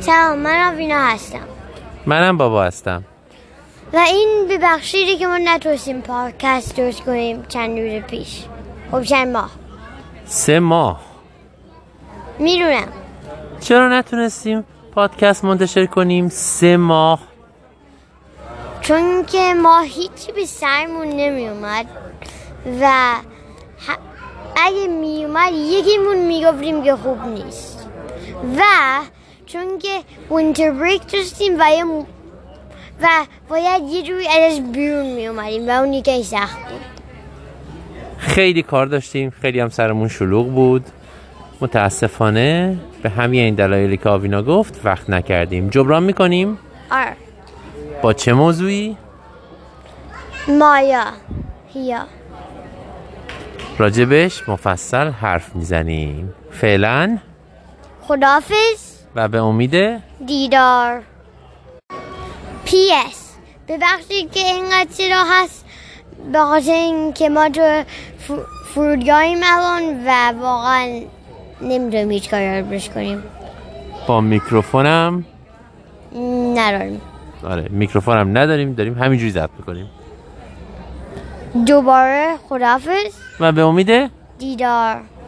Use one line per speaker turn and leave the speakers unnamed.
سلام من آوینا هستم
منم بابا هستم
و این ببخشیده که ما نتونستیم پادکست درست کنیم چند روز پیش خب چند ماه
سه ماه
میدونم
چرا نتونستیم پادکست منتشر کنیم سه ماه
چون که ما هیچی به سرمون نمیومد و ه- اگه میومد یکیمون میگفتیم که خوب نیست و چون که وینتر بریک داشتیم و یه م- و باید یه جوری ازش بیرون میومدیم و اون یکی سخت بود
خیلی کار داشتیم خیلی هم سرمون شلوغ بود متاسفانه به همین این دلایلی که آوینا گفت وقت نکردیم جبران میکنیم
آره
با چه موضوعی
مایا هیا
راجبش مفصل حرف میزنیم فعلا
خدافز
و به امید
دیدار پی اس ببخشید که اینقدر چرا هست به خاطر اینکه ما تو فر- فرودگاهیم الان و واقعا نمیدونیم هیچ کاری رو برش کنیم
با میکروفونم
نداریم
آره میکروفونم نداریم داریم همینجوری ضبط میکنیم
دوباره خدافز
و به امید
دیدار